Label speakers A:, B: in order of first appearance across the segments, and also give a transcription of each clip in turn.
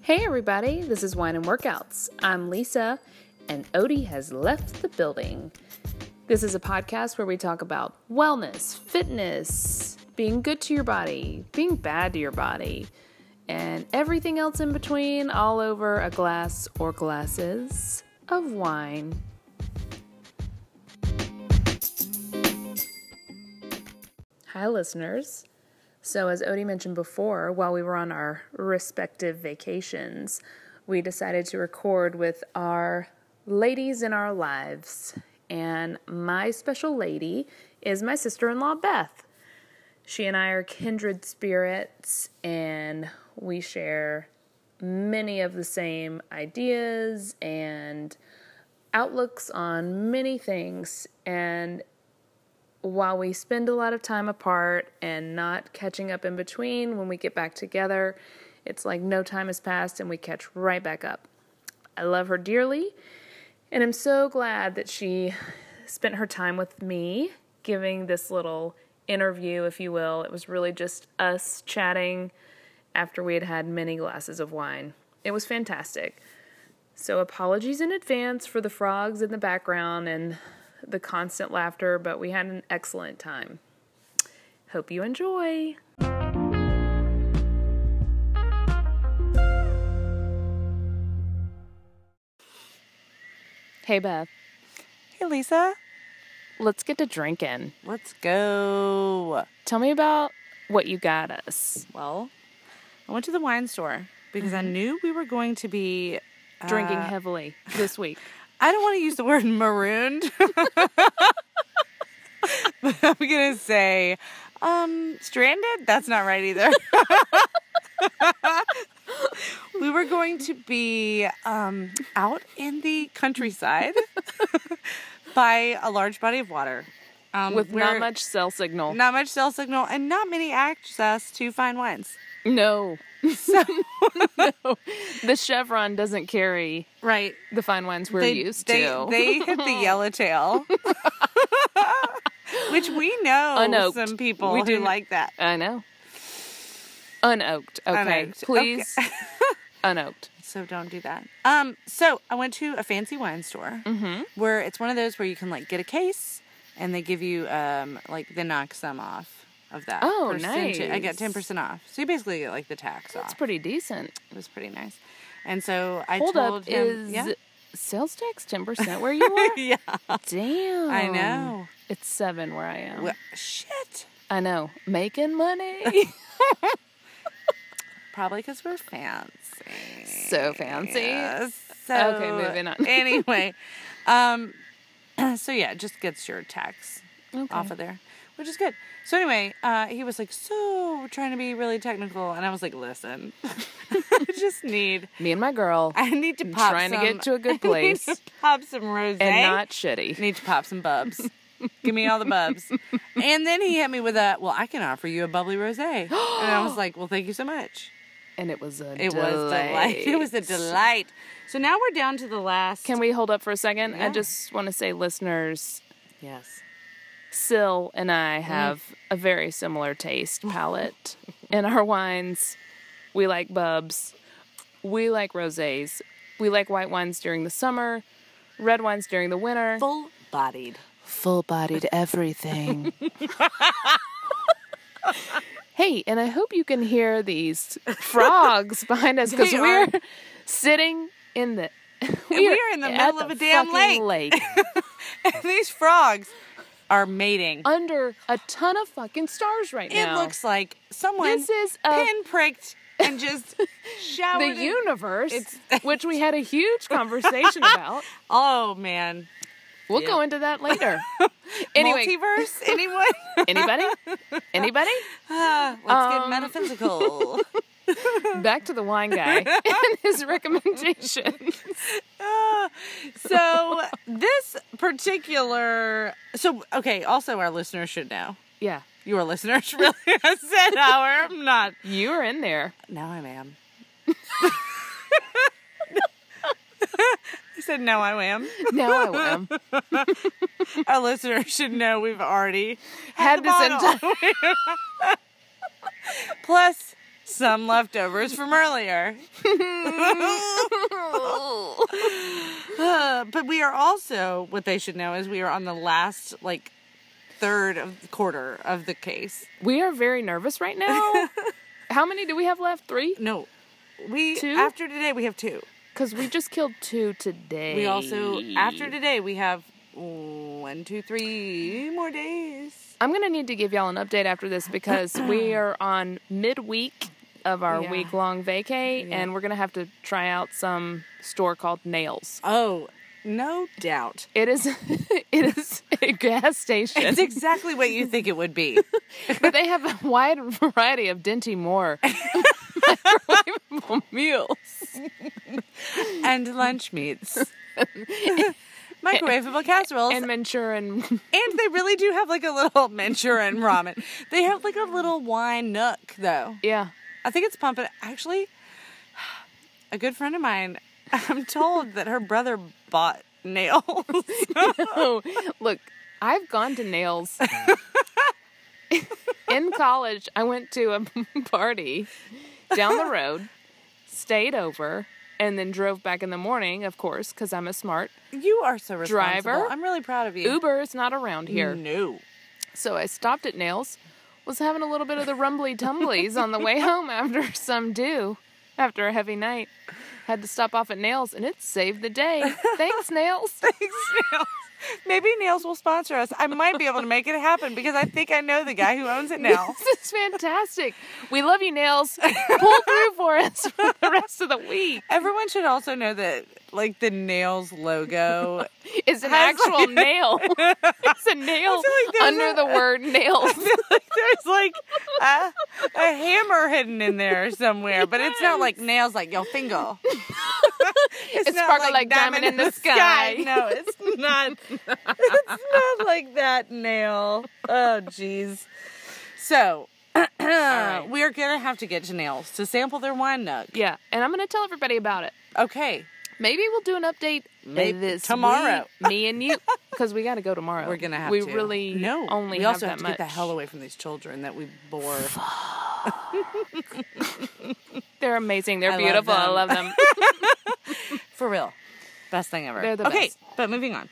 A: Hey, everybody, this is Wine and Workouts. I'm Lisa, and Odie has left the building. This is a podcast where we talk about wellness, fitness, being good to your body, being bad to your body, and everything else in between, all over a glass or glasses of wine. Hi, listeners. So, as Odie mentioned before, while we were on our respective vacations, we decided to record with our ladies in our lives. And my special lady is my sister in law, Beth. She and I are kindred spirits, and we share many of the same ideas and outlooks on many things. And while we spend a lot of time apart and not catching up in between, when we get back together, it's like no time has passed and we catch right back up. I love her dearly, and I'm so glad that she spent her time with me giving this little interview, if you will. It was really just us chatting after we had had many glasses of wine. It was fantastic. So, apologies in advance for the frogs in the background and the constant laughter, but we had an excellent time. Hope you enjoy. Hey, Beth,
B: Hey, Lisa.
A: let's get to drinking.
B: Let's go.
A: Tell me about what you got us.
B: Well, I went to the wine store because I knew we were going to be.
A: Drinking
B: Uh,
A: heavily this week.
B: I don't want to use the word marooned, but I'm going to say um, stranded. That's not right either. we were going to be um, out in the countryside by a large body of water. Um,
A: With not
B: where-
A: much cell signal.
B: not much cell signal and not many access to fine wines.
A: No. no. The Chevron doesn't carry
B: Right.
A: the fine wines we're
B: They,
A: used
B: they,
A: to.
B: they hit the yellowtail. Which we know
A: Unoaked.
B: some people
A: We
B: who
A: do-
B: like that.
A: I know. Unoaked. Okay.
B: Unoaked.
A: Please. Unoaked.
B: So don't do that. Um, so I went to a fancy wine store
A: Mm-hmm.
B: where it's one of those where you can like get a case and they give you um like they knock some off of that.
A: Oh,
B: percentage. I
A: nice.
B: got ten percent off. So you basically get like the tax
A: That's
B: off.
A: pretty decent.
B: it was pretty nice. And so I
A: Hold
B: told
A: up
B: him,
A: is
B: yeah,
A: sales tax 10% where you are?
B: yeah,
A: Damn.
B: I know.
A: It's 7 where I am.
B: Well, shit.
A: I know. Making money.
B: Probably because we're fancy.
A: so fancy.
B: Yes. So
A: Okay, moving on.
B: anyway, um, so yeah, it just gets your tax
A: Okay.
B: off of there, which is good. So anyway, uh, he was like, "So we're trying to be really technical," and I was like, "Listen, I just need,
A: Me and my girl
B: I need to pop
A: trying to
B: some-
A: get to a good
B: I need
A: place
B: to pop some rosé
A: and not shitty.
B: need to pop some bubs." Give me all the bubs. and then he hit me with a, well, I can offer you a bubbly rose. And I was like, well, thank you so much.
A: And it was a
B: It was delight. It was a delight. So now we're down to the last.
A: Can we hold up for a second? I
B: Yeah.
A: just want to say listeners,
B: Yes.
A: Syl and I have a very similar taste palette in our wines. We like bubs. We like rosés. We like white wines during the summer, red wines during the winter.
B: Full bodied.
A: Full-bodied everything. hey, and I hope you can hear these frogs behind us because
B: They
A: we're
B: are-
A: sitting in the
B: We are in the
A: at
B: middle
A: the
B: of a damn
A: fucking
B: lake.
A: lake
B: These frogs are mating.
A: under a ton of fucking stars right
B: It
A: now.
B: looks like someone
A: this is a
B: pinpricked and just showered.
A: the
B: in-
A: universe,
B: It's-
A: which we had a huge conversation about.
B: oh man.
A: We'll go into that later. anyway,
B: Multiverse? Anyone?
A: anybody? Anybody?
B: Ah, Let's
A: Um.
B: get metaphysical.
A: Back to the wine guy and his recommendation.
B: Ah, so this particular. So okay. Also, our listeners should know.
A: Yeah,
B: Your listeners really I said our. I'm not.
A: you were in there.
B: Now I am. I said, "No, I am."
A: Now I am.
B: Our listeners should know we've already
A: Had
B: the
A: this
B: bottle.
A: entire
B: plus some leftovers from earlier. Uh, but we are also what they should know is we are on the last like third of the quarter of the case.
A: we are very nervous right now. How many do we have left? Three?
B: No, we
A: Two?
B: after today we have two.
A: Because we just killed two today.
B: We also after today we have one, two, three more days.
A: I'm going to need to give y'all an update after this because we are on midweek of our
B: Yeah.
A: week long vacay and we're going to have to try out some store called Nails.
B: Oh, no doubt.
A: It is it is a gas station.
B: It's exactly what you think it would be.
A: but they have a wide variety of Dinty Moore microwavable meals.
B: and lunch meats. Microwavable casseroles.
A: And
B: And,
A: Manchurian
B: they really do have like a little Manchurian ramen. They have like a little wine nook though.
A: Yeah.
B: I think it's pumping. Actually, a good friend of mine, I'm told that her brother bought nails.
A: Oh, look, I've gone to nails. In college, I went to a party down the road, stayed over, and then drove back in the morning, of course, because I'm a smart.
B: you are so responsible.
A: Driver?
B: I'm really proud of you.
A: Uber is not around here.
B: No.
A: So I stopped at Nails, was having a little bit of the rumbly tumblies on the way home after some dew, after a heavy night. Had to stop off at Nails, and it saved the day. Thanks, Nails.
B: Thanks, Nails. Maybe Nails will sponsor us. I might be able to make it happen because I think I know the guy who owns it now.
A: This is fantastic. We love you, Nails. Pull through for us for the rest of the week.
B: Everyone should also know that, like, the Nails logo.
A: It's an
B: Has,
A: actual nail. It's a nail
B: I feel like
A: under
B: there's
A: the word nails.
B: There's, like, a, a hammer hidden in there somewhere, but it's not like nails like your finger.
A: It sparkled like diamond in the sky.
B: No, it's not. it's not like that nail. Oh, jeez. So, we are going to have to get to Nails to sample their wine nook.
A: Yeah, and I'm going to tell everybody about it.
B: Okay.
A: Maybe we'll do an update
B: Maybe
A: this
B: tomorrow.
A: week, me and you, because we got to go tomorrow.
B: We're gonna have
A: we
B: to.
A: really
B: no.
A: only
B: we
A: have
B: also
A: that
B: have to
A: much.
B: get the hell away from these children that we bore.
A: They're amazing. They're
B: I love
A: beautiful.
B: them.
A: I love them.
B: For real, best thing ever.
A: They're the
B: okay,
A: best.
B: but moving on.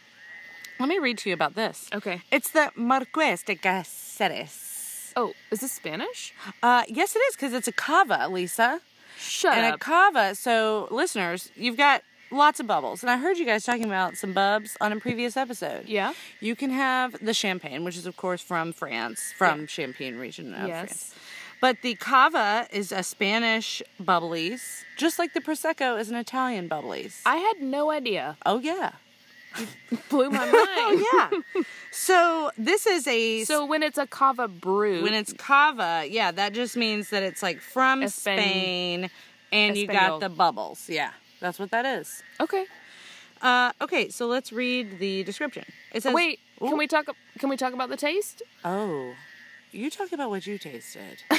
B: Let me read to you about this.
A: okay.
B: It's the Marqués de Caceres.
A: Oh, is this Spanish?
B: Uh, yes, it is because it's a cava, Lisa.
A: Shut
B: and
A: up.
B: a cava. So, listeners, you've got lots of bubbles, and I heard you guys talking about some bubs on a previous episode.
A: Yeah.
B: You can have the champagne, which is of course from France, from Champagne region of
A: Yes.
B: oh, France. But the cava is a Spanish bubblies, just like the prosecco is an Italian bubblies.
A: I had no idea.
B: oh yeah.
A: Blew my mind.
B: Oh yeah. so this is a
A: So when it's a cava brew,
B: when it's cava, yeah, that just means that it's like from
A: Espan-
B: Spain and you
A: Espanol.
B: got the bubbles. Yeah. That's what that is.
A: okay.
B: Uh, okay, so let's read the description. It says,
A: Wait,
B: Ooh.
A: can we talk? Can we talk about the taste?
B: Oh, you talk about what you tasted.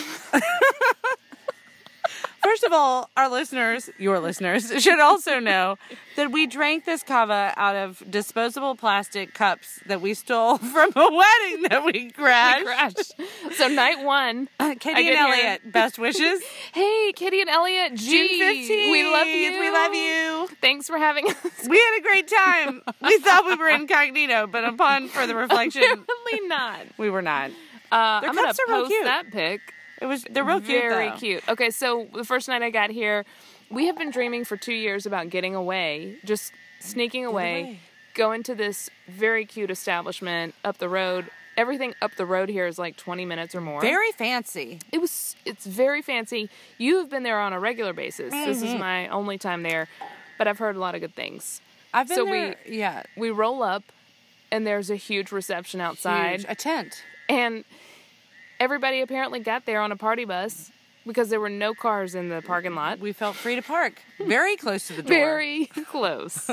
B: First of all, our listeners, your listeners, should also know that we drank this cava out of disposable plastic cups that we stole from a wedding that we crashed.
A: Crash. so night one.
B: Uh,
A: I
B: Katie
A: did
B: and
A: hear-
B: Elliot, best wishes.
A: Hey, Kitty and Elliot.
B: June
A: gee,
B: 15th.
A: We love you.
B: We love you.
A: Thanks for having us.
B: We had a great time. We thought we were incognito, but upon further reflection,
A: Really not.
B: we were not.
A: Uh,
B: Their
A: I'm gonna
B: cups are real
A: post
B: cute.
A: that pic.
B: It was they're real cute.
A: Very
B: though.
A: cute. Okay, so the first night I got here, we have been dreaming for two years about getting away, just sneaking away,
B: away.
A: going to this very cute establishment up the road. Everything up the road here is like 20 minutes or more.
B: Very fancy.
A: it was it's very fancy. You have been there on a regular basis. This
B: Mm-hmm.
A: is my only time there, but I've heard a lot of good things.
B: I've been
A: So
B: there. yeah.
A: We roll up and there's a huge reception outside
B: Huge. A tent.
A: and everybody apparently got there on a party bus because there were no cars in the parking lot.
B: We felt free to park. Very close to the door.
A: Very close.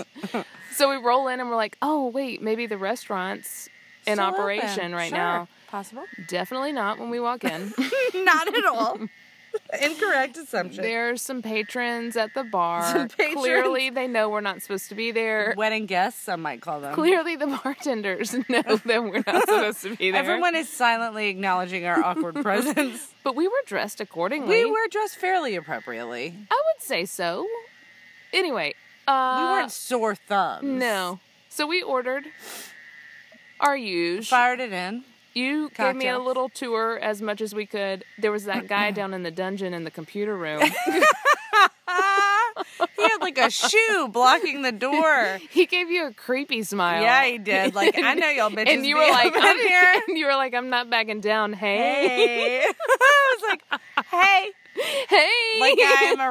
A: so we roll in and we're like, "Oh, wait, maybe the restaurant's in
B: Still open.
A: operation right
B: Sure.
A: now."
B: Possible?
A: Definitely not when we walk in.
B: Not at all. Incorrect assumption.
A: There's some patrons at the bar.
B: Some patrons.
A: Clearly, they know we're not supposed to be there.
B: Wedding guests, some might call them.
A: Clearly, the bartenders know that we're not supposed to be there.
B: Everyone is silently acknowledging our awkward presence.
A: but we were dressed accordingly.
B: we were dressed fairly appropriately.
A: I would say so. Anyway,
B: We
A: uh,
B: weren't sore thumbs.
A: No. So we ordered our huge.
B: Fired it in.
A: You gave me a
B: Cocktails.
A: little tour as much as we could. There was that guy down in the dungeon in the computer room.
B: Ah, he had like a shoe blocking the door.
A: he gave you a creepy smile.
B: Yeah, he did. Like I know y'all bitches.
A: and you
B: be
A: were like,
B: up in
A: I'm,
B: here.
A: and you were like, I'm not backing down. Hey,
B: Hey, I was like, hey,
A: hey,
B: like I'm a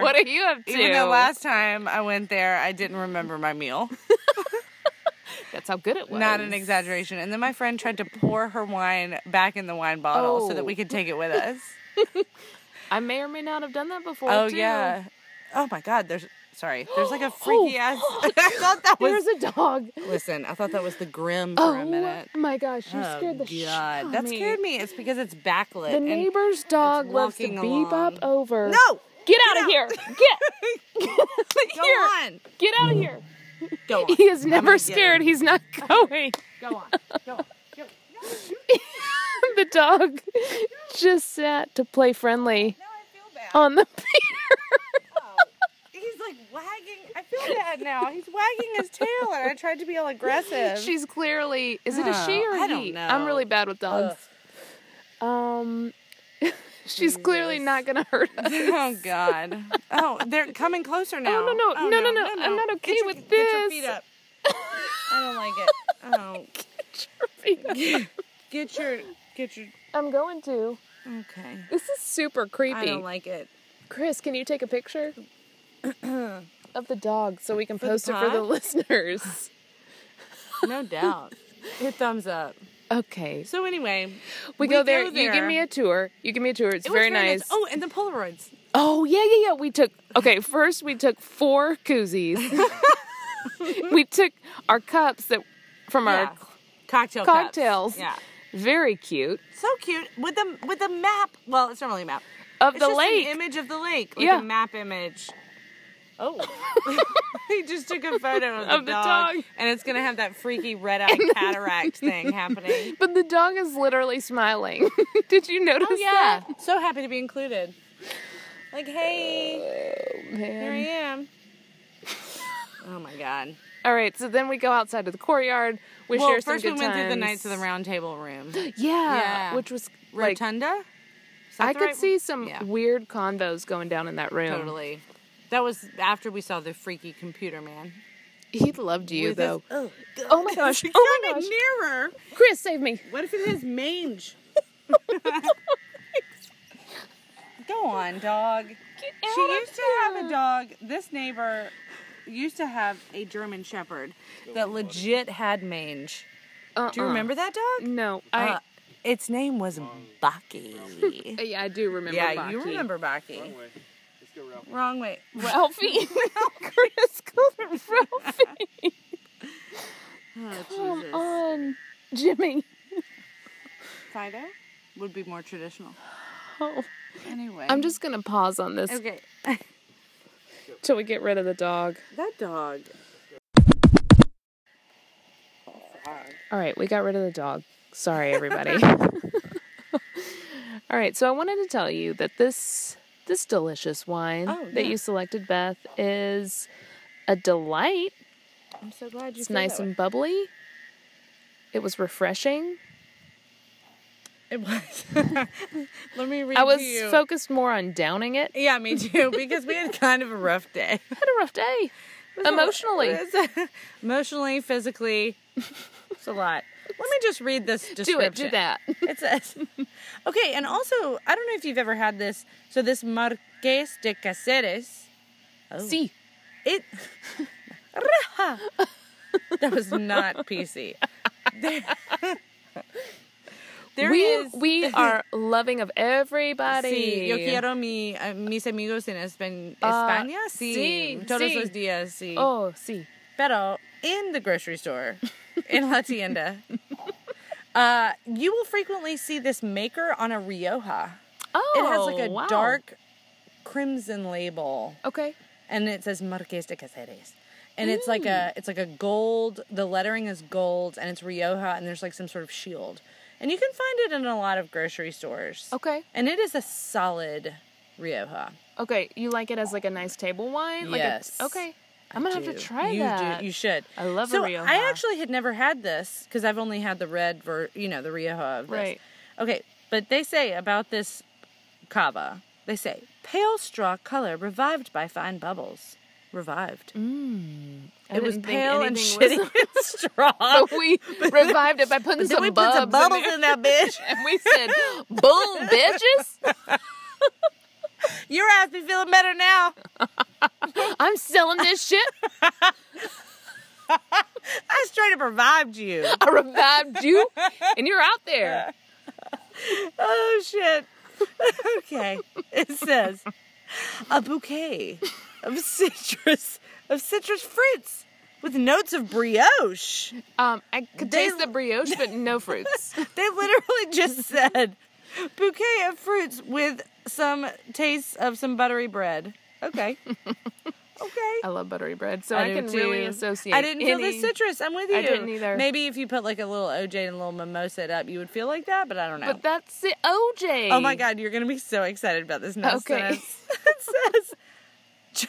A: what are you up to?
B: Even though last time I went there, I didn't remember my meal.
A: That's how good it was.
B: Not an exaggeration. And then my friend tried to pour her wine back in the wine bottle so that
A: Oh.
B: we could take it with us.
A: I may or may not have done that before.
B: oh
A: too.
B: yeah. Oh my God. There's sorry. There's like a freaky ass.
A: Oh,
B: I thought that was.
A: There's a dog.
B: Listen, I thought that was the grim for a
A: Oh
B: minute.
A: my gosh, you
B: Oh,
A: scared the shit out of
B: that
A: me.
B: scared me. It's because it's backlit.
A: The
B: and-
A: neighbor's dog loves to
B: walking
A: beep
B: along.
A: up over.
B: no.
A: Get out of here! Get
B: Go
A: here!
B: on.
A: Get out of here!
B: Go on.
A: He is never
B: gonna get
A: scared. He's not going.
B: Go on. Go on. Go.
A: the dog just sat to play friendly
B: Now I feel bad.
A: on the pier.
B: He's like wagging. I feel bad now. He's wagging his tail, and I tried to be all aggressive.
A: She's clearly is it a she
B: Oh,
A: or
B: I don't
A: he?
B: know. Uh.
A: I'm really bad with dogs. Um she's clearly not gonna hurt us.
B: Oh God! Oh, they're coming closer now. Oh,
A: no, no. No, no, no. I'm not okay
B: Get your-
A: with
B: Get your
A: this.
B: feet up. I don't like it. Oh, get your get your.
A: I'm going to.
B: Okay.
A: This is super
B: I
A: creepy.
B: don't like it.
A: Chris, can you take a picture of the dog so we can
B: the
A: post it for the
B: pod?
A: listeners?
B: No doubt. Hit thumbs up.
A: Okay.
B: So anyway,
A: We, go, there. You give me a tour. You give me a tour. It's
B: It was
A: very nice.
B: Oh, and the Polaroids.
A: Oh yeah, yeah, yeah. We took okay. First, we took four koozies. we took our cups that from
B: Yeah.
A: our
B: Cocktail cups.
A: cocktails.
B: Yeah.
A: very cute
B: So cute with the with the map. Well, it's not really a map.
A: of
B: It's
A: the
B: just
A: lake.
B: an image of the lake, like
A: Yeah.
B: a map image. Oh, he just took a photo of the,
A: Of the
B: dog,
A: dog.
B: and it's gonna have that freaky red-eyed cataract thing happening.
A: but the dog is literally smiling. Did
B: Oh,
A: you notice that?
B: so happy to be included. Like, hey, here I
A: Man.
B: am. Oh my god!
A: All right, so then we go outside of the courtyard. We
B: Well,
A: share some
B: first
A: good
B: we went through the
A: times.
B: Knights of the Round Table room,
A: Yeah,
B: Yeah.
A: which was like
B: rotunda. Is that
A: I
B: the
A: could
B: right-
A: see some
B: Yeah.
A: weird convos going down in that room.
B: totally. That was after we saw the freaky computer man.
A: He loved you
B: With his-
A: though.
B: oh,
A: Oh my gosh! Oh my gosh!
B: Nearer.
A: Chris, save me!
B: What if it has mange? Go on, dog.
A: Get
B: she
A: out of
B: used to have a dog. This neighbor used to have a German Shepherd that legit had mange. Do you
A: Uh-uh.
B: remember that dog?
A: No, I
B: Uh, its name was Bucky.
A: Uh, Yeah, I do remember.
B: yeah,
A: Baki.
B: you remember Bucky.
C: Wrong way. Let's go, Ralph.
B: Wrong way.
A: Ralphie. Chris called him Ralphie.
B: Oh,
A: Come
B: Jesus.
A: on, Jimmy.
B: Fido would be more traditional.
A: Oh.
B: Anyway.
A: I'm just gonna pause on this
B: Okay.
A: till we get rid of the dog.
B: that dog.
A: All right, we got rid of the dog. Sorry, everybody. All right, so I wanted to tell you that this this delicious wine
B: Oh,
A: that
B: yeah.
A: you selected, Beth, is a delight.
B: I'm so glad you
A: It's
B: feel
A: nice
B: that
A: and bubbly. It was refreshing.
B: It was. Let me read
A: I was
B: to you.
A: focused more on downing it.
B: yeah, me too, because we had kind of a rough day.
A: I
B: uh,
A: had a rough day. Emotionally.
B: Emotionally, physically. It's a lot. Let me just read this description.
A: Do it, do that.
B: It says, okay, and also, I don't know if you've ever had this. So, this Marques de Caceres, Oh.
A: See.
B: it. that was not PC. There, There
A: we
B: is-
A: we are loving of everybody.
B: Sí, yo quiero mi, a mis amigos en Espa-
A: Ah,
B: España. Sí,
A: sí,
B: todos
A: sí.
B: los días, sí.
A: Oh, sí.
B: Pero in the grocery store, in La Tienda, uh, you will frequently see this maker on a Rioja.
A: Oh,
B: it has like a
A: wow.
B: dark crimson label,
A: Okay.
B: and it says Marques de Caceres. And it's like
A: Mm.
B: a it's like a gold. The lettering is gold, and it's Rioja, and there's like some sort of shield, and you can find it in a lot of grocery stores.
A: Okay.
B: and it is a solid Rioja.
A: Okay. You like it as like a nice table wine? Like a-
B: Yes.
A: okay. I'm gonna have to
B: do.
A: try
B: you
A: that.
B: Do. You should.
A: I love a
B: so
A: Rioja.
B: I actually had never had this because I've only had the red ver, you know, the Rioja of this.
A: Right.
B: Okay, but they say about this cava, they say pale straw color revived by fine bubbles. Revived.
A: I
B: It was
A: didn't think
B: pale and
A: anything was-
B: shitty and straw.
A: But we revived it by putting
B: Then
A: some
B: we put
A: bubs
B: some bubbles
A: in there,
B: in that bitch.
A: and we said, "Boom, bitches!
B: Your ass be feeling better now.
A: I'm selling this shit.
B: I straight up revived you.
A: I revived you, and you're out there."
B: Oh shit. Okay. It says a bouquet of citrus of citrus fruits with notes of brioche.
A: Um, I could
B: They-
A: taste the brioche, but no fruits.
B: They literally just said bouquet of fruits with some taste of some buttery bread. Okay. Okay.
A: I love buttery bread, so I,
B: do
A: can really
B: too.
A: associate.
B: I didn't feel the
A: any-
B: citrus. I'm with you.
A: didn't either.
B: Maybe if you put like a little OJ and a little mimosa it up, you would feel like that, but I don't know.
A: But that's it, OJ.
B: Oh my god, you're gonna be so excited about this next
A: Okay.
B: sentence. it says, Ch-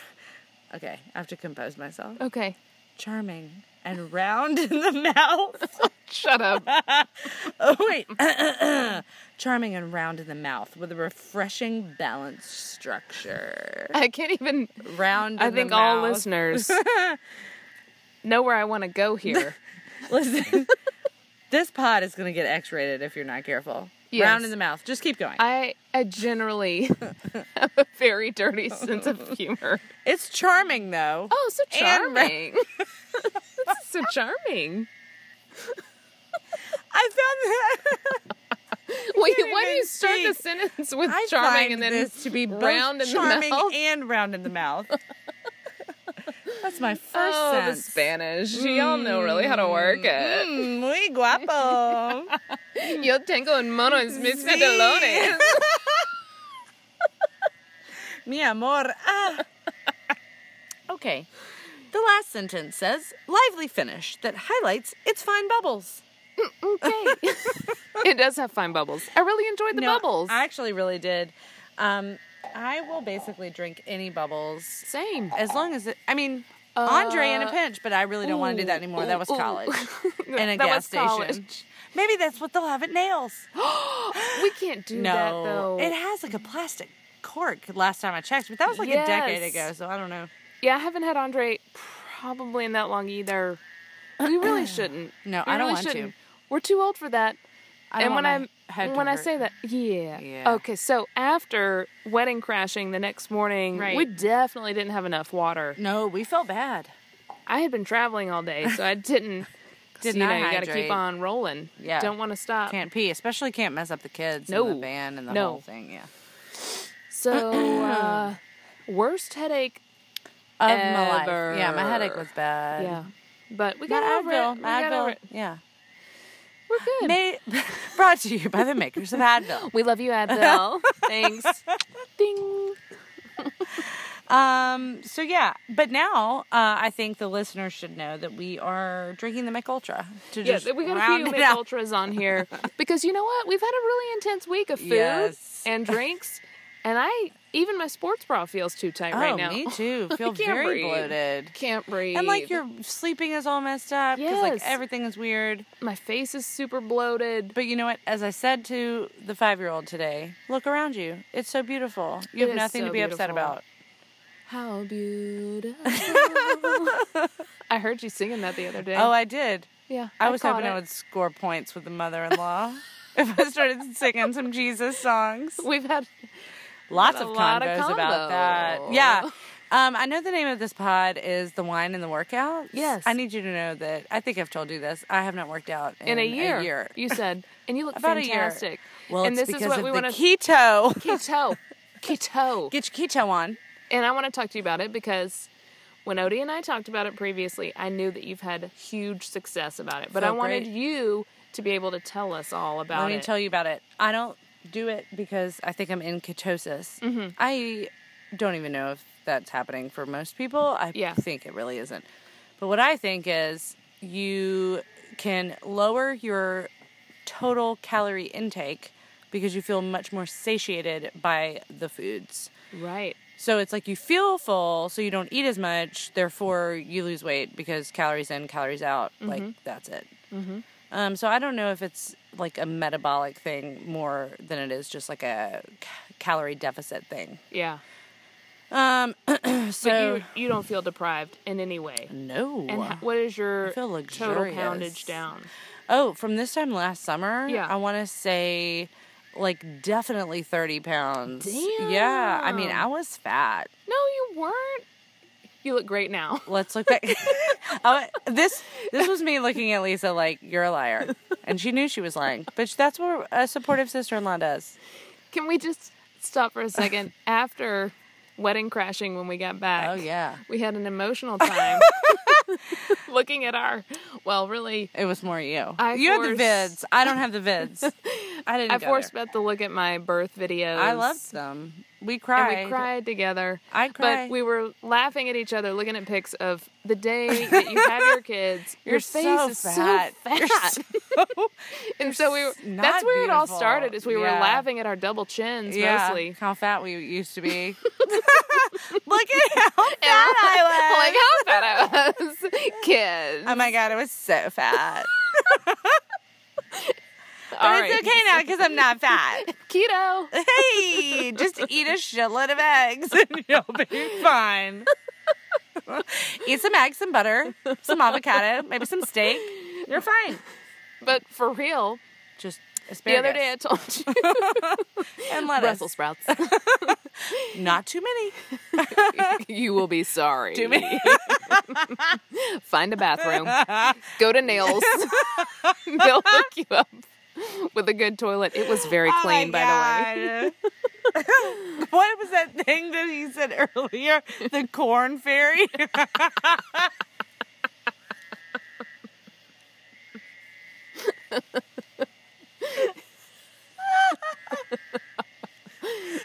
B: okay, I have to compose myself.
A: Okay,
B: Charming and round in the mouth.
A: shut up.
B: Oh wait, charming and round in the mouth with a refreshing balanced structure.
A: I can't even.
B: Round.
A: I
B: in the
A: think all
B: mouth.
A: listeners know where I want to go here.
B: Listen, this pod is gonna get X-rated if you're not careful.
A: Yes.
B: Round in the mouth. Just keep going.
A: I, I generally have a very dirty sense of humor.
B: it's charming though.
A: Oh, so
B: And
A: charming. This is so charming.
B: I found that.
A: Wait,
B: can't
A: why do you
B: even
A: start the
B: speak.
A: sentence with
B: I
A: charming
B: find
A: and then
B: this to be both
A: round in the
B: charming
A: mouth?
B: and round in the mouth. That's my first
A: oh, the
B: sense.
A: Spanish. Y'all know really how to work it.
B: Mm, muy guapo.
A: Yo tengo un mono es mis pantalones.
B: Mi amor. Ah.
A: Okay.
B: The last sentence says lively finish that highlights its fine bubbles.
A: Okay. it does have fine bubbles. I really enjoyed the
B: No,
A: bubbles.
B: I actually really did. Um, I will basically drink any bubbles
A: Same.
B: as long as it, I mean, Andre in a pinch, but I really don't want to do that
A: Uh, ooh,
B: anymore. that was
A: ooh, ooh.
B: college and a
A: That
B: gas
A: was
B: station.
A: college.
B: Maybe that's what they'll have at Nails.
A: We can't do that though.
B: it has like a plastic cork. Last time I checked, but that was like a decade
A: Yes.
B: ago, so I don't know.
A: Yeah, I haven't had Andre probably in that long either. We really shouldn't.
B: No,
A: We
B: I don't
A: really
B: want to.
A: shouldn't. We're too old for that.
B: I
A: and
B: don't
A: when
B: want
A: I
B: my head to
A: when I
B: hurt.
A: say that, yeah.
B: Yeah.
A: Okay, so after wedding crashing the next morning,
B: Right.
A: we definitely didn't have enough water.
B: no, we felt bad.
A: I had been traveling all day, so I didn't. 'cause,
B: Did
A: you
B: not
A: know, you gotta
B: hydrate.
A: keep on rolling.
B: Yeah.
A: Don't want to stop.
B: Can't pee, especially can't mess up the kids
A: No.
B: and the band and the
A: No.
B: whole thing. Yeah,
A: So, uh, worst headache.
B: of my
A: Ever.
B: life. Yeah, my headache was bad.
A: Yeah. But we
B: My
A: got over
B: Uh, Advil,
A: it. We
B: my
A: got
B: Advil.
A: over it.
B: Yeah.
A: We're good.
B: May- brought to you by the makers of Advil.
A: we love you, Advil. Thanks. Ding.
B: Um. So yeah, but now uh, I think the listeners should know that we are drinking the Mick Ultra. To
A: Yeah,
B: just
A: we got
B: round
A: a few
B: it
A: Mick
B: out.
A: Ultras on here because you know what? We've had a really intense week of food
B: Yes.
A: and drinks, and I even my sports bra feels too tight right
B: oh,
A: now.
B: me too. Feel
A: can't
B: very
A: breathe.
B: bloated.
A: Can't breathe.
B: And like your sleeping is all messed up because
A: Yes.
B: like everything is weird.
A: my face is super bloated.
B: But you know what? As I said to the five year old today, look around you. It's so beautiful. You
A: It
B: have
A: is
B: nothing
A: so
B: to be upset
A: beautiful.
B: about.
A: How beautiful! I heard you singing that the other day.
B: Oh, I did.
A: yeah,
B: I, was
A: caught
B: hoping I
A: it.
B: would score points with the mother in law if I started singing some Jesus songs.
A: We've had
B: Lots
A: a
B: of
A: lot of
B: convos about that.
A: combo.
B: Yeah. Um, I know the name of this pod is The Wine and the Workout.
A: Yes.
B: I need you to know that I think I've told you this. I have not worked out in,
A: in a year.
B: A year.
A: You said, and you look
B: About a year.
A: fantastic.
B: Well,
A: and this
B: it's because
A: is what
B: of
A: we
B: the
A: want to
B: keto.
A: keto, keto.
B: Get your keto on.
A: And I want to talk to you about it because when Odie and I talked about it previously, I knew that you've had huge success about it. But
B: Feel
A: I wanted
B: great.
A: you to be able to tell us all about
B: Let me
A: it.
B: tell you about it. I don't do it because I think I'm in ketosis.
A: Mm-hmm.
B: I don't even know if that's happening for most people. I
A: Yeah.
B: think it really isn't. But what I think is you can lower your total calorie intake because you feel much more satiated by the foods.
A: Right.
B: So it's like you feel full, so you don't eat as much. Therefore, you lose weight because calories in, calories out.
A: Mm-hmm.
B: Like that's it. Um, so I don't know if it's like a metabolic thing more than it is just like a c- calorie deficit thing.
A: Yeah.
B: Um, so
A: But you you don't feel deprived in any way.
B: no.
A: And ho- what is your
B: feel
A: total
B: luxurious.
A: poundage down?
B: oh, from this time last summer,
A: Yeah.
B: I want to say like definitely 30 pounds. Yeah. I mean,
A: Damn.
B: I was fat.
A: No, you weren't. You look great now.
B: let's look back. I wa- this this was me looking at Lisa like you're a liar, and she knew she was lying. But sh- that's what a supportive sister-in-law does.
A: Can we just stop for a second? After wedding crashing, when we got back,
B: Oh yeah,
A: we had an emotional time looking at our. Well, really,
B: it was more you.
A: I
B: you have
A: forced-
B: the vids. I don't have the vids. I didn't.
A: I
B: go
A: forced
B: there.
A: Beth to look at my birth videos.
B: I loved them. We cried.
A: And we cried together.
B: I
A: But
B: cried.
A: we were laughing at each other, looking at pics of the day that you have your kids.
B: You're
A: your face
B: so
A: is
B: fat.
A: so
B: You're
A: fat. and so we were,
B: not
A: that's where it all
B: beautiful.
A: started is we were
B: Yeah.
A: laughing at our double chins
B: yeah,
A: mostly.
B: how fat we used to be. Look at how fat I was.
A: like how fat I was. kids.
B: oh my god, I was so fat. But
A: all right.
B: it's okay now because I'm not fat.
A: Keto.
B: hey, just eat a shitload of eggs and you'll be fine. eat some eggs, some butter, some avocado, maybe some steak. You're fine.
A: But for real,
B: Just
A: the
B: asparagus
A: other day I told you
B: and lettuce.
A: Brussels sprouts.
B: Not too many.
A: you will be sorry.
B: Too many.
A: Find a bathroom. Go to nails. They'll hook you up with a good toilet. It was very
B: Oh
A: clean, by the way.
B: the way. what was that thing that he said earlier? The corn fairy.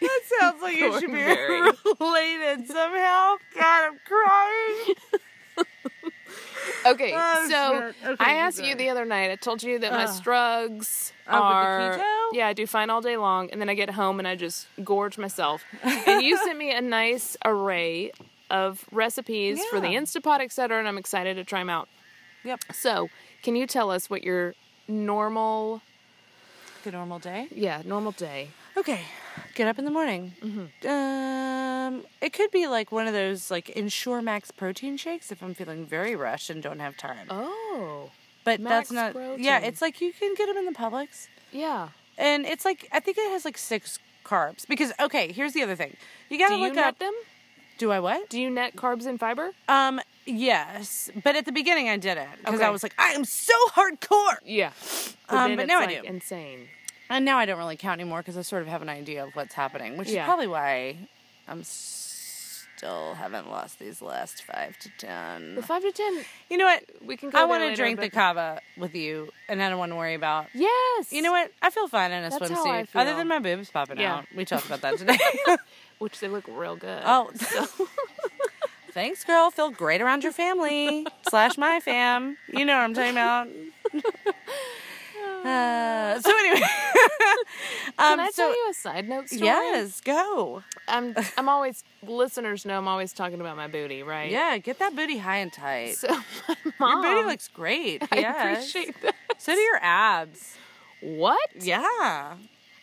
B: that sounds like it should be
A: Corn fairy.
B: related somehow. God, I'm crying.
A: Okay,
B: Oh,
A: so
B: shit. Okay,
A: I
B: keep
A: asked you
B: going.
A: the other night. I told you that my
B: Ugh.
A: strugs
B: Oh,
A: are
B: with the keto?
A: yeah, I do fine all day long, and then I get home and I just gorge myself. and you sent me a nice array of recipes for the
B: Yeah.
A: Instapot, etc., and I'm excited to try them out.
B: Yep.
A: So, can you tell us what your normal
B: The normal day.
A: yeah normal day?
B: Okay, get up in the morning.
A: Mm-hmm.
B: Um, it could be like one of those like Ensure Max protein shakes if I'm feeling very rushed and don't have time.
A: Oh,
B: but
A: Max
B: that's not. Yeah,
A: protein.
B: it's like you can get them in the Publix,
A: yeah.
B: and it's like I think it has like six carbs because okay, here's the other thing. You gotta
A: Do you
B: look
A: net
B: up.
A: them?
B: Do I what?
A: Do you net carbs and fiber?
B: Um, yes, but at the beginning I didn't because
A: Okay.
B: I was like I am so hardcore,
A: Yeah. But,
B: Um,
A: then
B: but
A: it's,
B: now I
A: like,
B: do.
A: Insane.
B: and now I don't really count anymore because I sort of have an idea of what's happening, which
A: Yeah.
B: is probably why I'm. Still haven't lost these last five to ten.
A: The five to ten.
B: You know what?
A: We can. Go
B: I
A: there
B: want to
A: later,
B: drink the
A: but-
B: kava with you, and I don't want to worry about.
A: Yes.
B: You know what? I feel fine in a
A: That's how I
B: swimsuit, other
A: feel.
B: than my boobs popping
A: Yeah.
B: out. We talked about that today.
A: Which they look real good.
B: oh, thanks, girl. Feel great around your family slash my fam. You know what I'm talking about. Uh, so anyway,
A: Can
B: um,
A: I
B: so
A: tell you a side note story?
B: yes, go.
A: I'm. I'm always listeners know I'm always talking about my booty, right?
B: Yeah, get that booty high and tight.
A: So my mom.
B: your booty looks great.
A: I
B: yes.
A: appreciate that.
B: So do your abs.
A: What?
B: Yeah.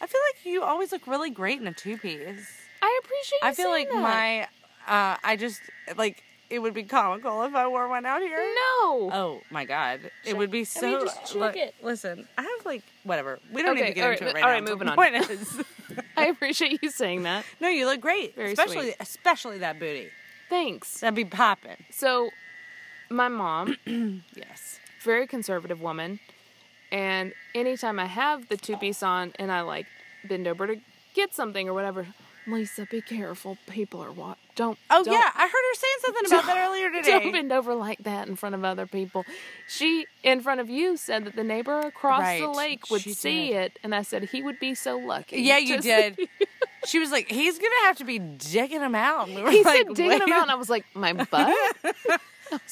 B: I feel like you always look really great in a two piece.
A: I appreciate. You
B: I feel like
A: saying that.
B: my, uh, I just, like, it would be comical if I wore one out here.
A: No.
B: Oh my god. It would be so.
A: just check
B: look-
A: it.
B: Listen, I have, like, whatever. We don't
A: Okay,
B: need to get
A: all right,
B: into
A: mo-
B: it right
A: all
B: now.
A: right, moving
B: The
A: on.
B: point is-
A: I appreciate you saying that.
B: no, you look great.
A: Very
B: especially,
A: sweet.
B: especially that booty.
A: Thanks.
B: That'd be popping.
A: So, my mom,
B: Yes.
A: very conservative woman, and anytime I have the two piece on and I like bend over to get something or whatever, Lisa, be careful. People are what? Don't.
B: Oh
A: don't-
B: yeah, I heard her saying something about that earlier
A: Don't
B: today.
A: bend over like that in front of other people. She, in front of you, said that the neighbor across the
B: Right.
A: lake would
B: She
A: see it, and I said he would be so lucky.
B: Yeah, you
A: to see
B: did. She was like, "He's gonna have to be digging him out." And we were
A: He
B: like,
A: said digging him
B: "Wait."
A: out, and I was like, my butt?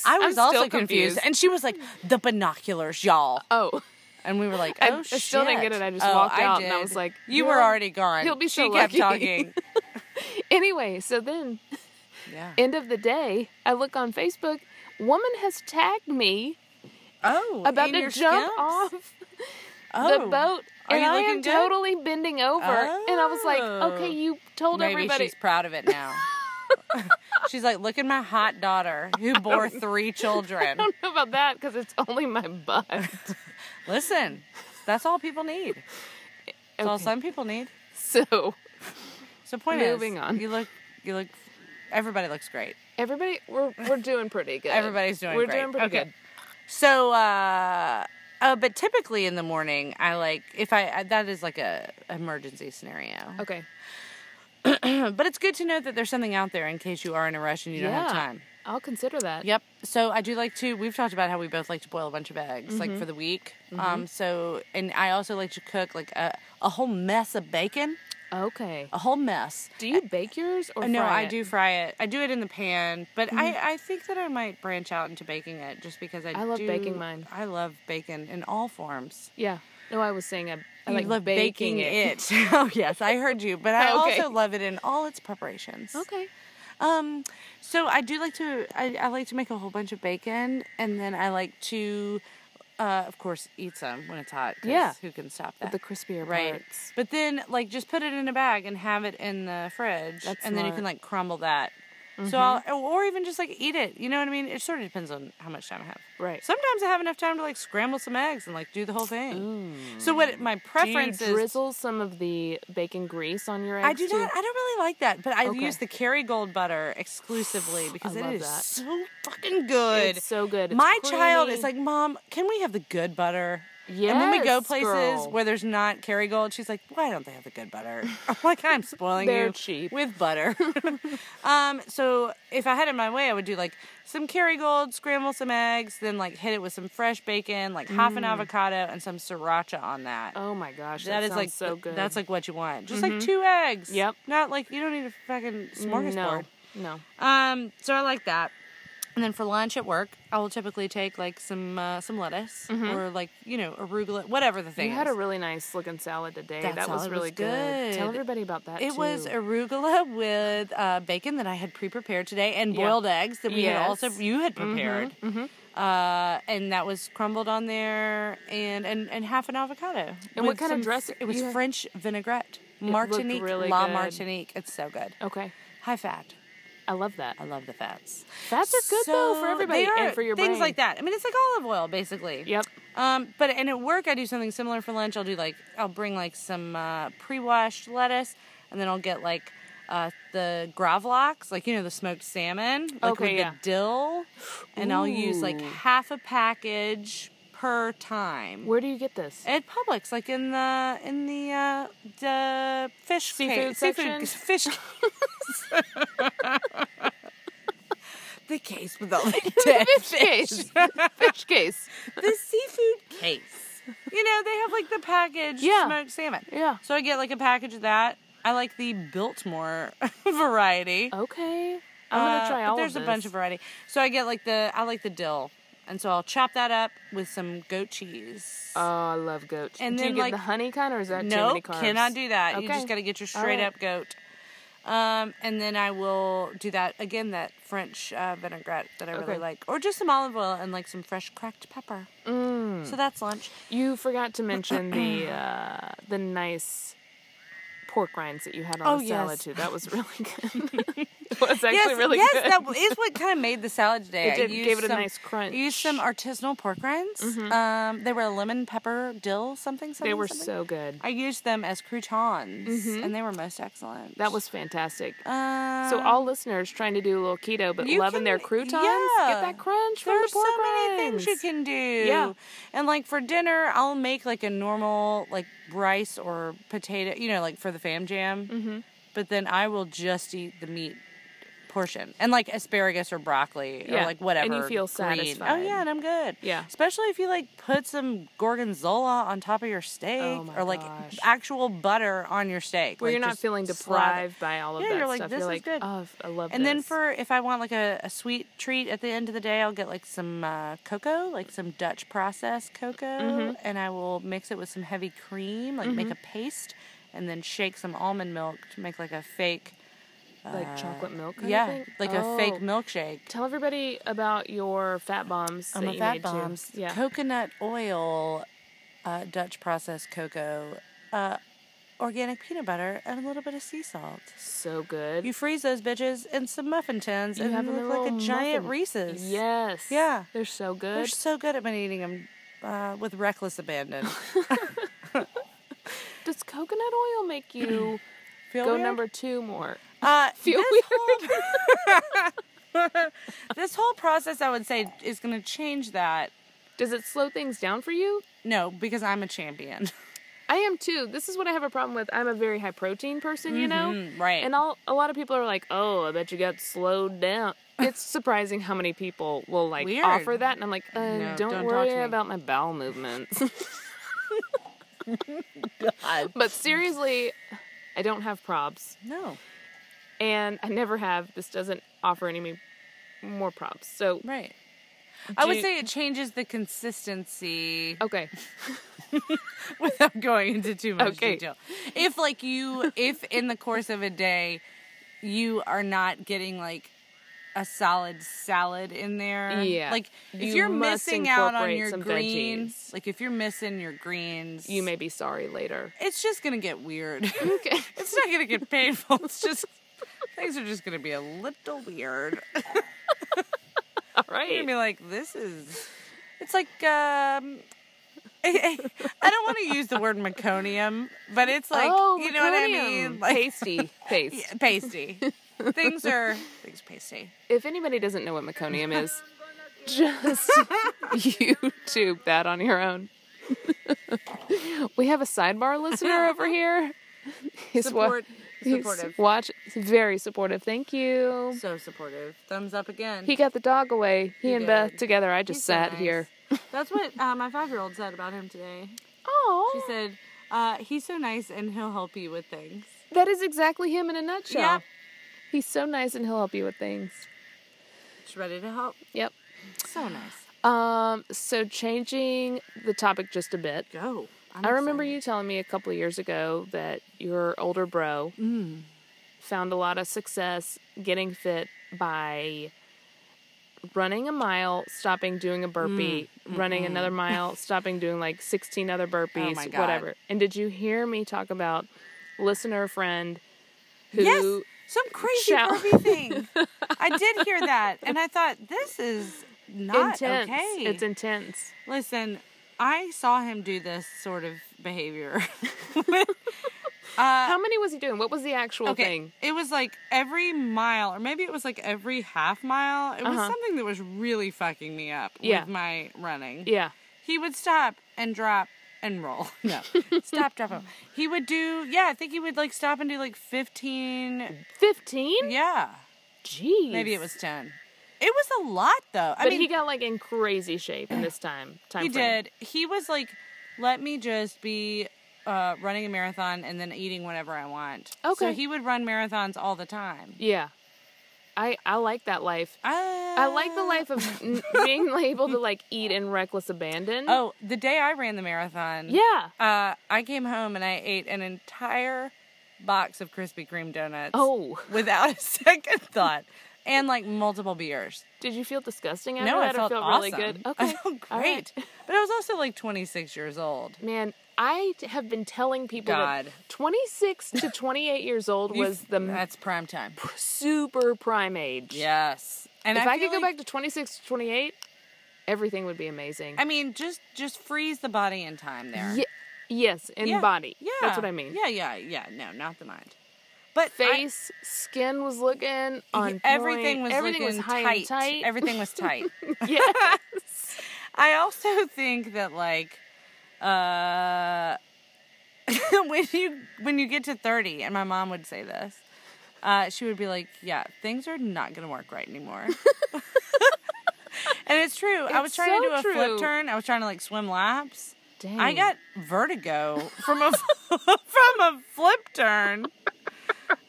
B: I was
A: still
B: also
A: confused.
B: confused. and she was like, "The binoculars, y'all,"
A: Oh.
B: and we were like,
A: I-
B: "Oh
A: I
B: shit!"
A: still didn't get it. I just
B: Oh,
A: walked out, and I was like,
B: "You
A: "You'll-
B: were already gone."
A: he'll be
B: she
A: so
B: kept
A: lucky.
B: talking.
A: Anyway, so then,
B: Yeah.
A: end of the day, I look on Facebook. Woman has tagged me
B: oh,
A: about
B: in
A: to
B: your
A: jump
B: scumps?
A: off
B: oh.
A: the boat,
B: Are
A: and
B: you
A: I
B: looking
A: am
B: good?
A: totally bending over. And I was like, okay,
B: Oh.
A: you told
B: Maybe
A: everybody.
B: she's proud of it now. she's like, "Look at my hot daughter who bore three children."
A: I don't know about that because it's only my butt.
B: Listen, that's all people need. That's all
A: Okay.
B: some people need.
A: So
B: So point
A: Moving
B: is,
A: on.
B: You look, you look. Everybody looks great.
A: everybody, we're we're doing pretty good.
B: Everybody's doing
A: We're
B: great.
A: doing pretty
B: Okay.
A: good.
B: So, uh, uh, but typically in the morning, I like if I, I that is like a emergency scenario.
A: Okay.
B: But it's good to know that there's something out there in case you are in a rush and you don't have time.
A: I'll consider that.
B: Yep. So I do like to. We've talked about how we both like to boil a bunch of eggs,
A: Mm-hmm.
B: like for the week. Um. So and I also like to cook like a a whole mess of bacon,
A: Okay.
B: a whole mess.
A: Do you bake yours or
B: no,
A: fry
B: Oh, I
A: it? Mm-hmm.
B: do fry it. I do it in the pan, but I, I think that I might branch out into baking it just because I
A: I love
B: do-
A: baking mine.
B: I love bacon in all forms.
A: Yeah. No, I was saying I, I
B: You
A: like baking, it.
B: oh yes, I heard you, but I
A: Okay.
B: also love it in all its preparations.
A: Okay.
B: Um, so I do like to I, I like to make a whole bunch of bacon, and then I like to, uh, of course, eat some when it's hot. 'cause
A: Yeah.
B: who can stop that?
A: The crispier
B: right.
A: parts.
B: But then, like, just put it in a bag and have it in the fridge,
A: That's
B: and then
A: smart.
B: you
A: Mm-hmm.
B: can like crumble that. So I'll, or even just like eat it. You know what I mean? It sort of depends on how much time I have.
A: Right.
B: Sometimes I have enough time to like scramble some eggs and like do the whole thing. So what my
A: Do you
B: preference is
A: drizzle some of the bacon grease on your eggs?
B: I do
A: too?
B: not. I don't really like that, but I
A: Okay.
B: use the Kerrygold butter exclusively because
A: love
B: it is
A: that.
B: so fucking good.
A: It's so good. It's
B: My child is
A: creamy.
B: like, Mom, can we have the good butter? and when we go
A: Yes,
B: places
A: girl.
B: where there's not Kerrygold, she's like, Why don't they have the good butter? I'm like, I'm spoiling
A: They're
B: you
A: cheap.
B: with butter. um, so if I had it my way, I would do like some Kerrygold, scramble some eggs, then like hit it with some fresh bacon, like half
A: Mm.
B: an avocado, and some sriracha on that.
A: Oh my gosh, that,
B: That is
A: sounds
B: like
A: so
B: th-
A: good. Mm-hmm.
B: That's like what you want. Just like two eggs.
A: Yep.
B: Not like you don't need a fucking
A: no,
B: smorgasbord.
A: no.
B: Um. So I like that. And then for lunch at work, I will typically take like some uh, some lettuce or like you know arugula, whatever the thing.
A: Mm-hmm. You had a
B: is.
A: really nice looking salad today.
B: That
A: That, was
B: salad was
A: really good. Tell
B: good.
A: everybody about that.
B: It was
A: too.
B: arugula with uh, bacon that I had pre-prepared today, and
A: Yeah.
B: boiled eggs that we had also
A: Yes. Mm-hmm.
B: you had prepared, Uh, and that was crumbled on there, and and, and half an avocado.
A: And what
B: with
A: kind of
B: some-
A: dressing-
B: It was
A: you had-
B: French vinaigrette,
A: looked
B: Martinique,
A: really
B: La
A: good.
B: Martinique. It's so good.
A: okay.
B: High fat.
A: I love that.
B: I love the fats.
A: Fats are good though for
B: So
A: everybody
B: they are
A: and for your
B: things
A: brain.
B: like that. I mean, it's like olive oil basically.
A: Yep.
B: Um, but and at work, I do something similar for lunch. I'll do like I'll bring like some uh, pre-washed lettuce, and then I'll get like uh, the gravlax, like you know the smoked salmon, like
A: Okay,
B: with
A: yeah.
B: the dill, and I'll use like half a package per time.
A: Where do you get this?
B: At Publix, like in the in the uh, the fish ca-
A: Seafood section?
B: fish. the case with all the dead fish.
A: Case. Fish case.
B: The seafood case. You know they have like the packaged
A: Yeah.
B: smoked salmon.
A: Yeah.
B: So I get like a package of that. I like the Biltmore variety.
A: Okay. I'm gonna
B: Uh,
A: try
B: but
A: all
B: There's
A: of
B: a bunch of variety. So I get like the I like the dill, and so I'll chop that up with some goat cheese.
A: Oh, I love goat. cheese.
B: And
A: do
B: then,
A: you get
B: like-
A: the honey kind or is that too
B: No,
A: many carbs?
B: cannot do that. You
A: Okay.
B: just got to get your
A: All
B: straight
A: right.
B: up goat. Um, and then I will do that again. That French uh, vinaigrette that I
A: Okay.
B: really like, or just some olive oil and like some fresh cracked pepper. Mm. So that's lunch.
A: You forgot to mention the uh, the nice pork rinds that you had on
B: Oh,
A: the salad
B: yes.
A: too. That was really good. it was actually
B: yes,
A: really
B: yes,
A: good.
B: that is what kind of made the salad today.
A: It
B: I
A: did,
B: used
A: gave it a
B: some-
A: nice crunch. Mm-hmm.
B: Used some artisanal pork rinds. Um, they were lemon pepper dill something. something
A: they were
B: something.
A: so good.
B: I used them as croutons, and they were most excellent.
A: That was fantastic.
B: Uh,
A: so all listeners trying to do a little keto but
B: you
A: loving their
B: can-
A: croutons,
B: yeah.
A: get that crunch from
B: There's
A: the pork
B: so many
A: rinds.
B: things you can do.
A: Yeah.
B: And like for dinner, I'll
A: Mm-hmm.
B: make like a normal like rice or potato, you know, like for the fam jam. but then I will just eat the meat portion and like asparagus or broccoli
A: Yeah.
B: or like whatever.
A: And you feel
B: green. Oh
A: satisfied.
B: yeah, and I'm good.
A: Yeah.
B: Especially if you like put some gorgonzola on top of your steak
A: Oh, my
B: or like
A: gosh.
B: actual butter on your steak.
A: Where
B: Like,
A: you're not
B: just
A: feeling
B: slather-
A: deprived by all of
B: Yeah,
A: that
B: you're like,
A: stuff.
B: this
A: you're
B: is
A: like,
B: good.
A: oh, I love
B: And then
A: this.
B: for if I want like a, a sweet treat at the end of the day, I'll get like some uh, cocoa, like some Dutch processed cocoa,
A: Mm-hmm.
B: and I will mix it with some heavy cream, like make a paste, and then shake some almond milk to make like a fake.
A: like
B: uh,
A: chocolate milk. kind of
B: yeah,
A: thing?
B: like
A: Oh.
B: a fake milkshake.
A: Tell everybody about your fat bombs.
B: Oh,
A: that
B: my
A: you
B: fat
A: made too.
B: bombs.
A: Yeah.
B: Coconut oil, uh, Dutch processed cocoa, uh, organic peanut butter, and a little bit of sea salt.
A: so good.
B: You freeze those bitches in some muffin tins,
A: You
B: and
A: have
B: they
A: them in
B: look like a
A: little
B: giant
A: muffin-
B: Reese's.
A: Yes.
B: Yeah.
A: They're so good.
B: They're so good at eating them uh, with reckless abandon.
A: Does coconut oil make you
B: Feel
A: go
B: weird?
A: number two more?
B: Uh,
A: Feel
B: this
A: weird.
B: Whole, this whole process, I would say, is going to change that.
A: Does it slow things down for you?
B: No, because I'm a champion.
A: I am too. This is what I have a problem with. I'm a very high protein person, you know?
B: Mhm, right.
A: And all, a lot of people are like, oh, I bet you got slowed down. It's surprising how many people will like
B: Weird.
A: offer that. And I'm like, uh,
B: No,
A: don't,
B: don't talk
A: worry
B: to me.
A: about my bowel movements. but seriously, I don't have probs.
B: no,
A: And I never have. This doesn't offer any me- more probs. So,
B: right. I would
A: you-
B: say it changes the consistency
A: okay.
B: without going into too much
A: Okay.
B: detail. If like you, if in the course of a day, you are not getting like a solid salad in there,
A: Yeah.
B: Like if
A: You
B: you are
A: must
B: missing out on
A: incorporate
B: your
A: some
B: greens,
A: veggies.
B: like if you're missing your greens,
A: You may be sorry later.
B: It's just gonna get weird.
A: Okay.
B: it's not gonna get painful. It's just things are just gonna be a little weird.
A: All
B: You're
A: right.
B: gonna be like, this is. It's like um. I don't want to use the word meconium, but it's like
A: oh,
B: you know what I
A: meconium.
B: mean, like
A: pasty paste.
B: yeah, pasty. things are things are pasty.
A: If anybody doesn't know what meconium is, just YouTube that on your own. we have a sidebar listener over here. He's wa-
B: Support-
A: he's
B: supportive.
A: Watch, very supportive. Thank you.
B: So supportive. Thumbs up again.
A: He got the dog away. He,
B: He
A: and
B: did.
A: Beth together. I just
B: He's so
A: sat
B: nice.
A: here.
B: That's what uh, my five year old said about him today. She
A: Oh,
B: said, uh, "He's so nice and he'll help you with things."
A: that is exactly him in a nutshell.
B: Yeah.
A: He's so nice and he'll help you with things.
B: She's ready to help.
A: Yep.
B: So nice.
A: Um, so changing the topic just a bit.
B: Go. I'm
A: I remember
B: excited.
A: you telling me a couple of years ago that your older bro
B: Mm.
A: found a lot of success getting fit by running a mile, stopping doing a burpee,
B: Mm,
A: running another mile, stopping doing like 16 other burpees,
B: Oh my God.
A: whatever. And did you hear me talk about listener friend who
B: Yes, some crazy
A: shall-
B: burpee thing. I did hear that, and I thought this is not
A: intense.
B: okay.
A: It's intense.
B: Listen, I saw him do this sort of behavior. with- uh,
A: How many was he doing? What was the actual
B: okay,
A: thing?
B: it was like every mile, or maybe it was like every half mile. It was
A: Uh-huh.
B: something that was really fucking me up
A: Yeah.
B: with my running.
A: Yeah.
B: He would stop and drop and roll. No, stop, drop, roll. He would do. Yeah, I think he would like stop and do like fifteen.
A: 15?
B: Yeah.
A: Jeez.
B: Maybe it was ten. It was a lot though. I
A: But
B: mean,
A: he got like in crazy shape in this time. time
B: he
A: frame.
B: did. He was like, "Let me just be uh, running a marathon and then eating whatever I want." So
A: Okay.
B: he would run marathons all the time.
A: Yeah. I I like that life. I like the
B: Uh,
A: life of n- being able to like eat in reckless abandon.
B: Oh, the day I ran the marathon,
A: yeah.
B: uh, I came home and I ate an entire box of Krispy Kreme donuts.
A: Oh,
B: without a second thought, and like multiple beers.
A: did you feel disgusting after
B: No, I
A: that?
B: felt,
A: or felt
B: awesome.
A: really good.
B: I
A: Okay.
B: felt
A: All right.
B: great, but I was also like 26 years old.
A: Man, I t- have been telling people
B: God.
A: that 26 to 28 years old
B: You-
A: was the m-
B: that's prime time.
A: super prime age.
B: Yes. And
A: If I, could
B: feel
A: go back
B: like-
A: to 26 to 28, everything would be amazing.
B: I mean, just just freeze the body in time there.
A: Ye- yes, in
B: Yeah.
A: body.
B: Yeah.
A: That's what I mean.
B: Yeah, yeah, yeah. No, not the mind. But I-
A: face, skin was looking on
B: everything
A: point.
B: was
A: everything
B: looking
A: was high
B: tight.
A: and tight.
B: Everything was tight.
A: yeah,
B: I also think that like uh when you when you get to 30 and my mom would say this uh, she would be like yeah things are not gonna work right anymore and it's true i was
A: It's
B: trying to do
A: so
B: a flip
A: true.
B: turn i was trying to like swim laps
A: Dang.
B: i got vertigo from a from a flip turn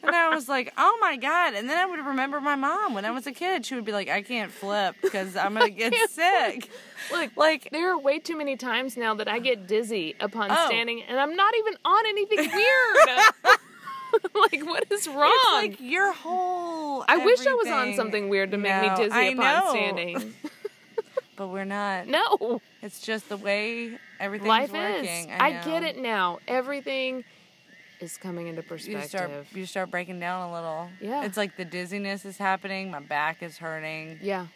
B: and I was like, "Oh my god!" And then I would remember my mom when I was a kid. She would be like, "I can't flip because I'm gonna get sick."
A: Look,
B: Like,
A: There are way too many times now that I get dizzy upon
B: Oh.
A: standing, and I'm not even on anything weird. like, what is wrong?
B: It's like your whole.
A: I wish I was on
B: everything.
A: something weird to make
B: No,
A: me dizzy
B: I
A: upon
B: know.
A: standing.
B: but we're not.
A: No,
B: It's just the way everything's
A: life is.
B: working.
A: I,
B: know.
A: get it now. Everything is coming into
B: You
A: perspective.
B: start you start breaking down a little.
A: Yeah.
B: It's like the dizziness is happening. My back is hurting.
A: yeah.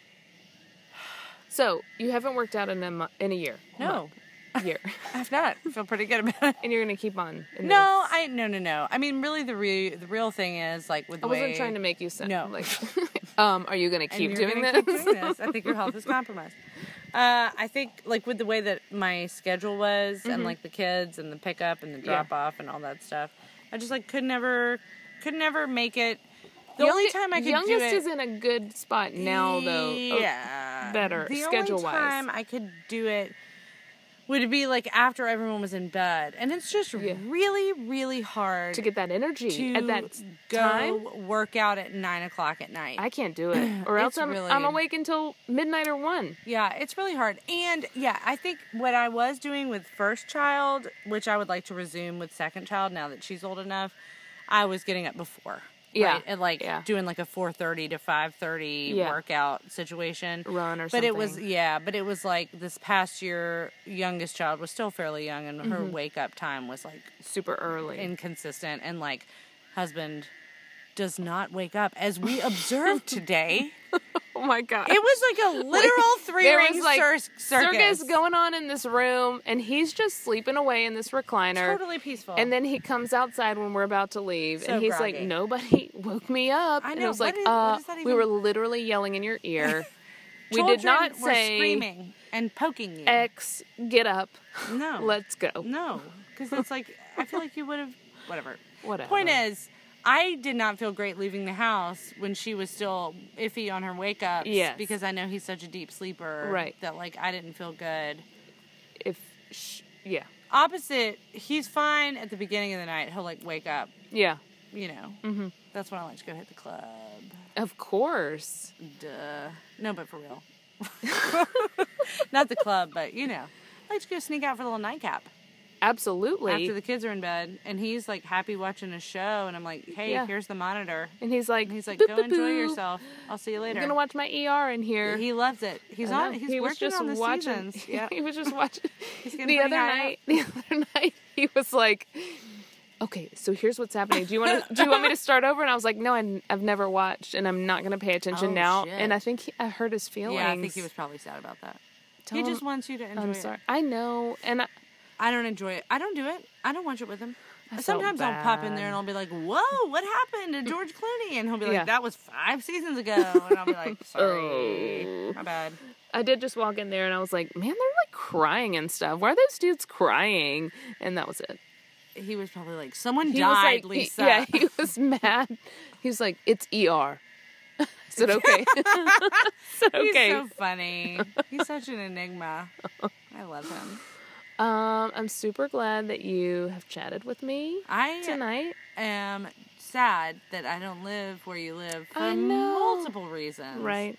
A: So you haven't worked out in a mo- in a year.
B: No,
A: year,
B: I've not. I feel pretty good about it.
A: and you're gonna keep on. In
B: No,
A: this.
B: I no no no. I mean, really, the re- the real thing is like with the
A: I wasn't
B: way-
A: trying to make you sound
B: No.
A: like. um, are you gonna keep
B: and you're
A: doing
B: gonna
A: this?
B: Keep doing this. I think your health is compromised. Uh, I think like with the way that my schedule was, and like the kids, and the pickup, and the
A: Mm-hmm. Yeah.
B: drop off, and all that stuff, I just like could never, could never make it. The only
A: Younge-
B: time I could
A: youngest
B: do it
A: is in a good spot now though. Oh,
B: yeah,
A: better,
B: The
A: schedule-wise.
B: only time I could do it would be like after everyone was in bed, and it's just
A: Yeah.
B: really, really hard
A: to get that energy
B: to
A: at that
B: go
A: time.
B: work out at nine o'clock at night.
A: I can't do it, or else
B: It's
A: I'm
B: really-
A: I'm awake until midnight or one.
B: Yeah, it's really hard. And yeah, I think what I was doing with first child, which I would like to resume with second child now that she's old enough, I was getting up before.
A: Yeah,
B: right? And like
A: yeah.
B: doing like a 4:30 to 5:30
A: Yeah.
B: workout situation.
A: Run or
B: But it was
A: something.
B: yeah, but it was like this past year youngest child was still fairly young and her
A: Mm-hmm.
B: wake up time was like
A: Super early.
B: inconsistent and like husband does not wake up as we observed today.
A: oh my god!
B: It was like a literal three
A: there
B: ring
A: was like
B: cir- circus.
A: going on in this room, and he's just sleeping away in this recliner.
B: Totally peaceful.
A: And then he comes outside when we're about to leave,
B: Oh. So
A: and he's like,
B: groggy.
A: "Nobody woke me up."
B: I
A: And it
B: know,
A: was
B: what
A: like,
B: is- what
A: "Uh,
B: does that
A: we
B: even-
A: were literally yelling in your ear. we did
B: Children
A: not
B: were
A: say
B: screaming and poking you.
A: X, get up,
B: no,
A: let's go."
B: no, because it's like I feel like you would have whatever.
A: Whatever.
B: Point is, I did not feel great leaving the house when she was still iffy on her wake ups.
A: Yes.
B: because I know he's such a deep sleeper.
A: Right.
B: that like I didn't feel good.
A: If sh- yeah,
B: Opposite, he's fine at the beginning of the night. He'll like wake up.
A: yeah,
B: You know, mm-hmm. that's when I like to go hit the club.
A: of course.
B: Duh. No, but for real. Not the club, but you know. I like to go sneak out for a little nightcap
A: Absolutely.
B: after the kids are in bed. And he's like happy watching a show. And I'm like, hey,
A: Yeah.
B: here's the monitor.
A: and he's like,
B: And he's like,
A: "Boop,
B: go
A: boop,
B: enjoy
A: boop.
B: yourself. I'll see you
A: I'm
B: later.
A: gonna watch my ER in here.
B: he loves it. He's
A: I know.
B: on. He's
A: He
B: working
A: was just
B: on the
A: watching.
B: seasons. Yeah.
A: he was just watching.
B: getting
A: the
B: pretty
A: other
B: high
A: night, the other night, he was like, "Okay, so here's what's happening. Do you want to? do you want me to start over?" And I was like, "No, I, have never watched, and I'm not gonna pay attention
B: Oh,
A: now."
B: shit.
A: And I think he, I hurt his feelings.
B: yeah, I think he was probably sad about that. he
A: Don't-
B: just wants you to enjoy
A: I'm
B: it.
A: sorry. I know, and I,
B: I don't enjoy it. I don't do it. I don't watch it with him.
A: felt
B: Sometimes I'll pop in
A: bad.
B: there and I'll be like, "Whoa, what happened to George Clooney?" And he'll be like,
A: Yeah.
B: "That was five seasons ago." And I'll be like, "Sorry,
A: Oh.
B: my bad."
A: I did just walk in there, and I was like, "Man, they're like crying and stuff. Why are those dudes crying?" And that was it.
B: He was probably like, "Someone
A: He was
B: died,
A: like, he-
B: Lisa."
A: yeah, he was mad. He was like, "It's ER." I said, "Okay." I said,
B: He's
A: "Okay."
B: so funny. He's such an enigma. I love him.
A: Um, I'm super glad that you have chatted with me
B: I
A: tonight.
B: am sad that I don't live where you live for
A: I know.
B: multiple reasons,
A: Right.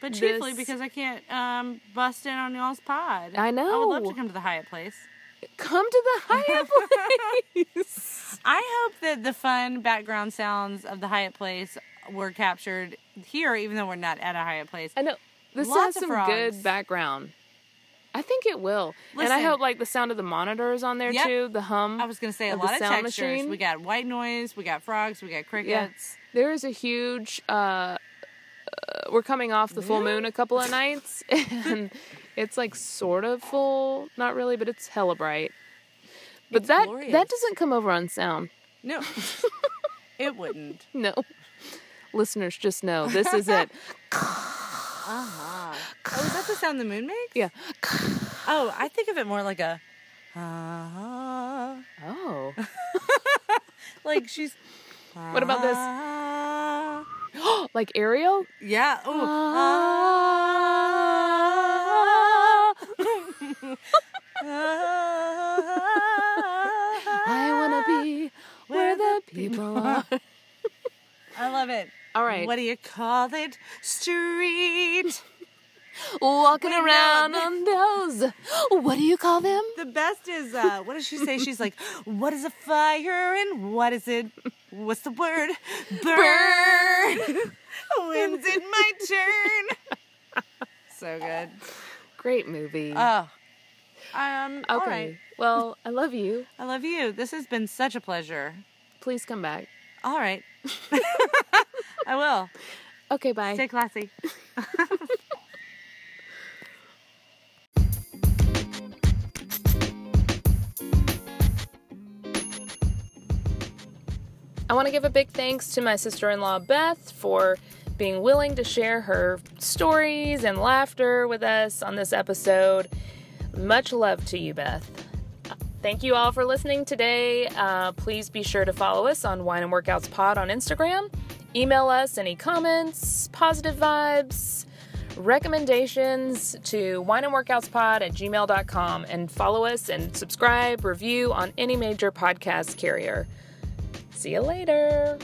B: But chiefly
A: This-
B: because I can't um, bust in on y'all's pod.
A: I
B: I would love
A: know.
B: to come to the Hyatt place.
A: Come to the higher place.
B: I hope that the fun background sounds of the Hyatt Place were captured here, even though we're not at a Hyatt Place.
A: I know. This
B: Lots
A: has
B: of
A: some
B: frogs.
A: good background. I think it will. and I
B: Listen.
A: hope like the sound of the monitor is on there
B: Yep.
A: too, the hum.
B: I was going to say a
A: of the
B: lot of
A: sound
B: textures.
A: machine.
B: We got white noise, we got frogs, we got
A: yeah.
B: crickets.
A: There is a huge uh, uh we're coming off the full moon a couple of nights and it's like sort of full, not really, but it's hella bright. But
B: It's
A: that that
B: glorious.
A: doesn't come over on sound.
B: No, it wouldn't.
A: No. Listeners, just know this is it.
B: Uh-huh. Oh, is that the sound the moon makes?
A: Yeah.
B: Oh, I think of it more like a. Uh-huh.
A: Oh.
B: Like she's.
A: What about this? like Ariel?
B: Yeah. Ooh.
A: Ah.
B: Ah.
A: I want to be where the people are.
B: I love it.
A: All right.
B: What do you call it? Street.
A: Walking around on those. What do you call them?
B: The best is uh, what does she say? She's like, "What is a fire and what is it? What's the word? Burn. When's it my turn?" so good.
A: Great movie.
B: Oh. Um. All
A: okay.
B: right.
A: Well, I love you.
B: I love you. This has been such a pleasure.
A: Please come back.
B: All right. I will.
A: Okay, bye.
B: Stay classy.
A: I want to give a big thanks to my sister in law, Beth, for being willing to share her stories and laughter with us on this episode. Much love to you, Beth. Thank you all for listening today. Uh, please be sure to follow us on Wine and Workouts Pod on Instagram. Email us any comments, positive vibes, recommendations to wineandworkoutspod at gmail.com and follow us and subscribe, review on any major podcast carrier. See you later.